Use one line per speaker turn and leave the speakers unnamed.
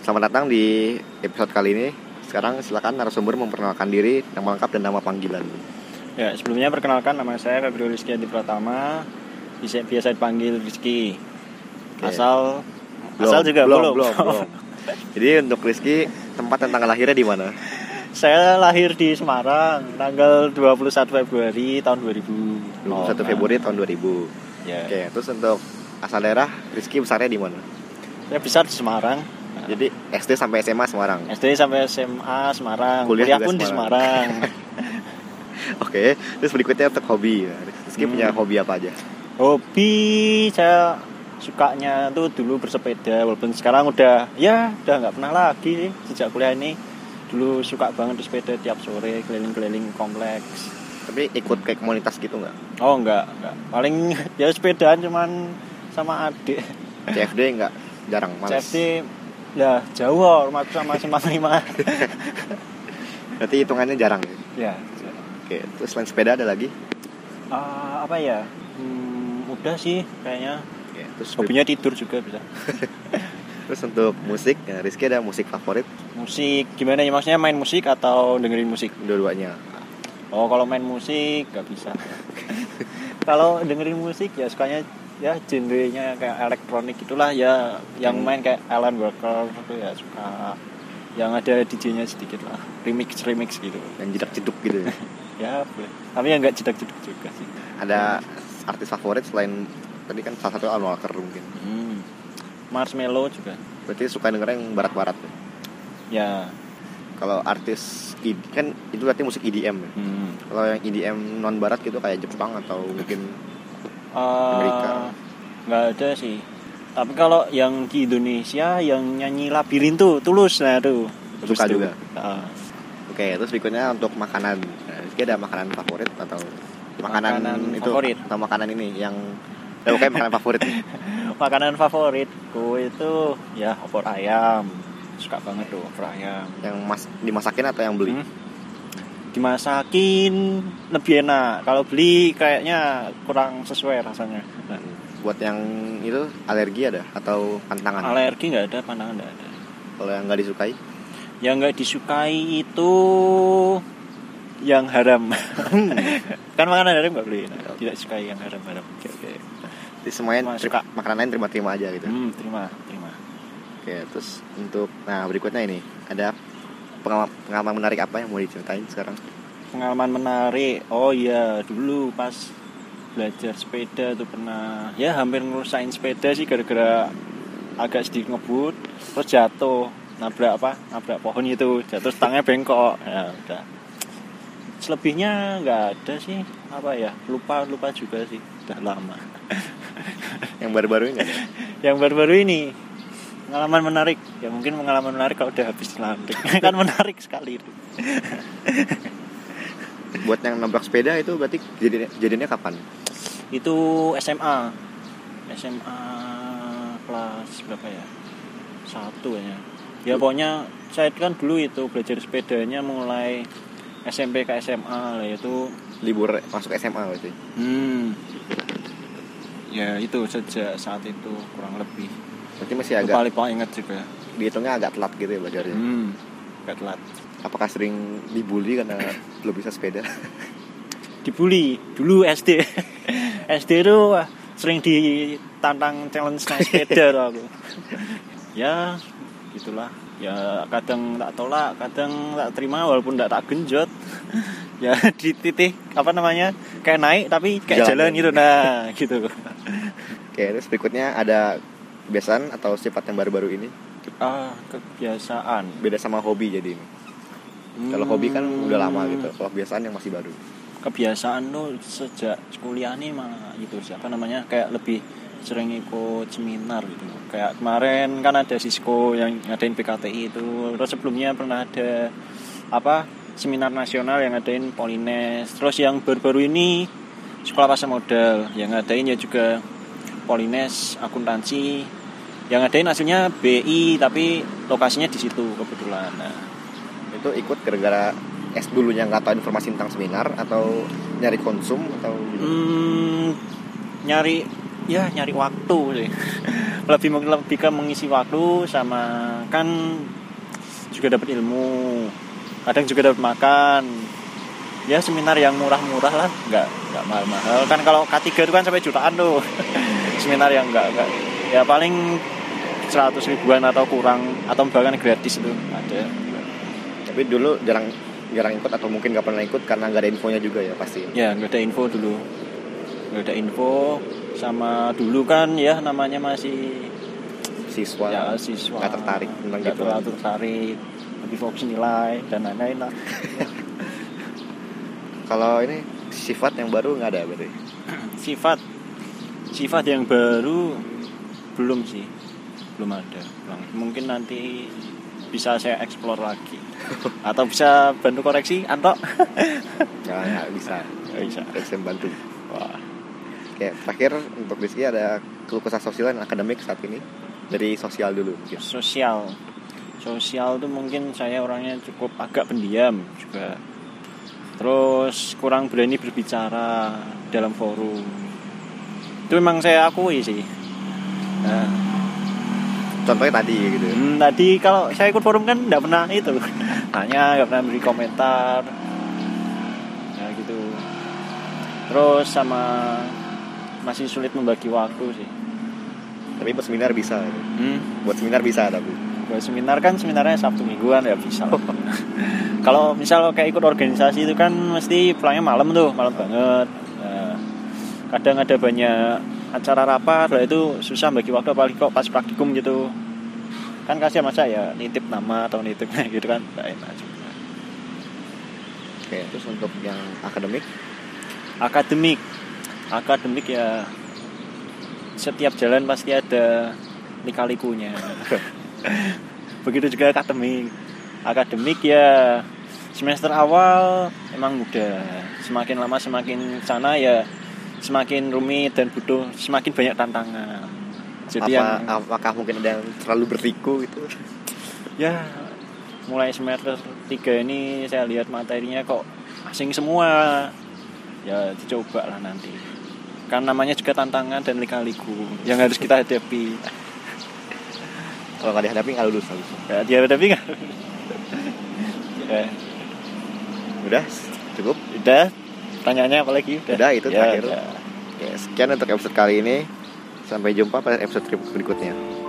Selamat datang di episode kali ini. Sekarang silakan narasumber memperkenalkan diri, nama lengkap dan nama panggilan.
Ya, sebelumnya perkenalkan nama saya Febrio Rizky Adi Pratama. Bisa biasa dipanggil Rizky.
Oke.
Asal asal juga
belum, belum, belum. Jadi untuk Rizky, tempat dan tanggal lahirnya di mana?
saya lahir di Semarang tanggal 21 Februari tahun 2000.
21 Februari tahun 2000.
Ya.
Oke, terus untuk asal daerah Rizky besarnya di mana?
Nah. Saya besar di Semarang.
Jadi SD sampai SMA Semarang.
SD sampai SMA Semarang.
Kuliah
Kuliah,
juga
pun di
Semarang.
Semarang.
Oke, terus berikutnya untuk hobi. Rizky
Hmm.
punya hobi apa aja?
Hobi saya sukanya tuh dulu bersepeda walaupun sekarang udah ya udah nggak pernah lagi sejak kuliah ini dulu suka banget bersepeda tiap sore keliling-keliling kompleks
Tapi ikut kayak komunitas gitu nggak?
Oh enggak, enggak. Paling ya sepedaan cuman sama adik.
CFD nggak? Jarang, males.
CFD ya jauh oh, rumahku sama Simpang Lima.
Berarti hitungannya jarang. ya?
ya.
Oke, terus selain sepeda ada lagi?
Eh, apa ya? Hmm, udah sih kayaknya.
Oke, terus
Hobinya tidur juga bisa.
Terus untuk musik, ya, Rizky ada musik favorit
Musik gimana ya maksudnya main musik atau dengerin musik?
dua-duanya.
Oh, kalau main musik nggak bisa. kalau dengerin musik ya sukanya ya genrenya kayak elektronik itulah ya yang
Hmm.
main kayak Alan Walker itu ya suka yang ada DJ-nya sedikit lah remix remix gitu
yang jedak jeduk gitu ya.
ya boleh tapi yang nggak jedak jeduk juga sih
ada artis favorit selain tadi kan salah satu Alan Walker mungkin
hmm. Marshmallow juga
berarti suka denger yang barat-barat ya?
ya
kalau artis ID, kan itu berarti musik EDM ya?
hmm.
kalau yang EDM non barat gitu kayak Jepang atau mungkin
Eh,
Amerika.
nggak ada sih tapi kalau yang di Indonesia yang nyanyi labirin tuh tulus nah tuh Tulus
Suka
tuh.
juga.
Ah.
oke terus berikutnya untuk makanan Nah, Rizky ada makanan favorit atau makanan,
Makanan
itu
favorit.
atau makanan ini yang ya, pokoknya makanan favorit nih.
Makanan favoritku itu ya opor ayam. Suka banget tuh opor ayam.
yang mas dimasakin atau yang beli
Hmm. Dimasakin lebih enak. Kalau beli kayaknya kurang sesuai rasanya. Nah,
buat yang itu alergi ada atau pantangan
alergi nggak ada, pandangan nggak ada.
kalau yang nggak disukai
Yang nggak disukai itu yang haram. kan makanan haram nggak boleh. Nah, tidak suka yang haram-haram.
Jadi semuanya
Cuma
teri-
suka.
makanan lain terima-terima aja gitu.
Hmm, terima, terima.
Oke, terus untuk nah berikutnya ini ada pengalaman, pengalaman menarik apa yang mau diceritain sekarang?
pengalaman menarik oh iya dulu pas belajar sepeda tuh pernah ya hampir ngerusakin sepeda sih gara-gara agak sedikit ngebut terus jatuh nabrak apa nabrak pohon itu jatuh terus tangannya bengkok ya udah selebihnya nggak ada sih apa ya lupa lupa juga sih udah lama
Yang baru-baru ini ada?
yang baru-baru ini pengalaman menarik ya mungkin pengalaman menarik kalau udah habis dilantik kan menarik sekali itu
buat yang nabrak sepeda itu berarti kejadiannya, kejadiannya kapan?
itu SMA SMA kelas berapa ya satu ya ya pokoknya saya kan dulu itu belajar sepedanya mulai SMP ke SMA lah itu
Libur masuk SMA berarti.
hmm ya itu sejak saat itu kurang lebih
Berarti masih
ya,
agak
paling paling inget juga
dihitungnya agak telat gitu ya belajarnya.
hmm agak telat
Apakah sering dibully karena belum bisa sepeda?
dibully dulu SD SD itu wah, sering ditantang challenge naik sepeda tuh aku ya gitulah ya kadang tak tolak kadang tak terima walaupun tak tak genjot ya di titik apa namanya kayak naik tapi kayak
Jalan.
jalan, gitu nah gitu
Oke, terus berikutnya ada kebiasaan atau sifat yang baru-baru ini
ah kebiasaan Hmm.
beda sama hobi jadi ini. Kalau hobi kan udah lama gitu. Kalau kebiasaan yang masih baru.
kebiasaan tuh sejak kuliah nih malah gitu sih apa namanya kayak lebih sering ikut seminar gitu kayak kemarin kan ada Sisko yang ngadain PKTI itu terus sebelumnya pernah ada apa seminar nasional yang ngadain Polines terus yang baru-baru ini sekolah pasar modal yang ngadain ya juga Polines akuntansi yang ngadain hasilnya BI tapi lokasinya di situ kebetulan nah,
itu ikut gara-gara S dulunya nggak tahu informasi tentang seminar atau nyari konsum atau gitu.
Hmm, nyari ya nyari waktu sih lebih lebih ke mengisi waktu sama kan juga dapat ilmu kadang juga dapat makan ya seminar yang murah-murah lah nggak nggak mahal-mahal kan kalau K3 itu kan sampai jutaan tuh seminar yang nggak nggak ya paling 100 ribuan atau kurang atau bahkan gratis itu ada
tapi dulu jarang jarang ikut atau mungkin gak pernah ikut karena nggak ada infonya juga ya pasti
ya nggak ada info dulu nggak ada info sama dulu kan ya namanya masih
siswa
ya siswa
nggak tertarik tentang
nggak
gitu
terlalu tertarik lebih fokus nilai dan lain-lain lah
kalau ini sifat yang baru nggak ada berarti
sifat sifat yang baru belum sih belum ada Bang. mungkin nanti bisa saya explore lagi atau bisa bantu koreksi Anto
nggak nggak Ya, bisa
Nggak bisa
bisa bantu
wah
oke terakhir untuk Rizky ada keluh kesah sosial dan akademik saat ini dari sosial dulu mungkin.
sosial sosial tuh mungkin saya orangnya cukup agak pendiam juga terus kurang berani berbicara dalam forum itu memang saya akui sih nah,
contohnya tadi gitu
Hmm, tadi kalau saya ikut forum kan nggak pernah itu tanya nggak pernah beri komentar ya gitu terus sama masih sulit membagi waktu sih
tapi buat seminar bisa
hmm.
buat seminar bisa tapi
buat seminar kan seminarnya sabtu mingguan ya bisa lah. kalau misal kayak ikut organisasi itu kan mesti pulangnya malam tuh malam banget Nah, kadang ada banyak acara rapat lah itu susah bagi waktu apalagi kok pas praktikum gitu kan kasihan masa ya nitip nama atau nitip gitu kan nggak enak juga.
oke terus untuk yang akademik
akademik akademik ya setiap jalan pasti ada lika-likunya begitu juga akademik akademik ya semester awal emang mudah semakin lama semakin sana ya semakin rumit dan butuh semakin banyak tantangan
apa
jadi yang-
apakah mungkin ada yang terlalu berliku gitu
ya mulai semester 3 ini saya lihat materinya kok asing semua ya dicoba lah nanti kan namanya juga tantangan dan lika-liku yang harus kita hadapi
kalau nggak dihadapi nggak lulus habis
ya dia hadapi nggak ya,
udah cukup
udah tanyanya apa lagi udah,
Udah, itu
Ya,
terakhir.
udah.
Oke, sekian untuk episode kali ini sampai jumpa pada episode berikutnya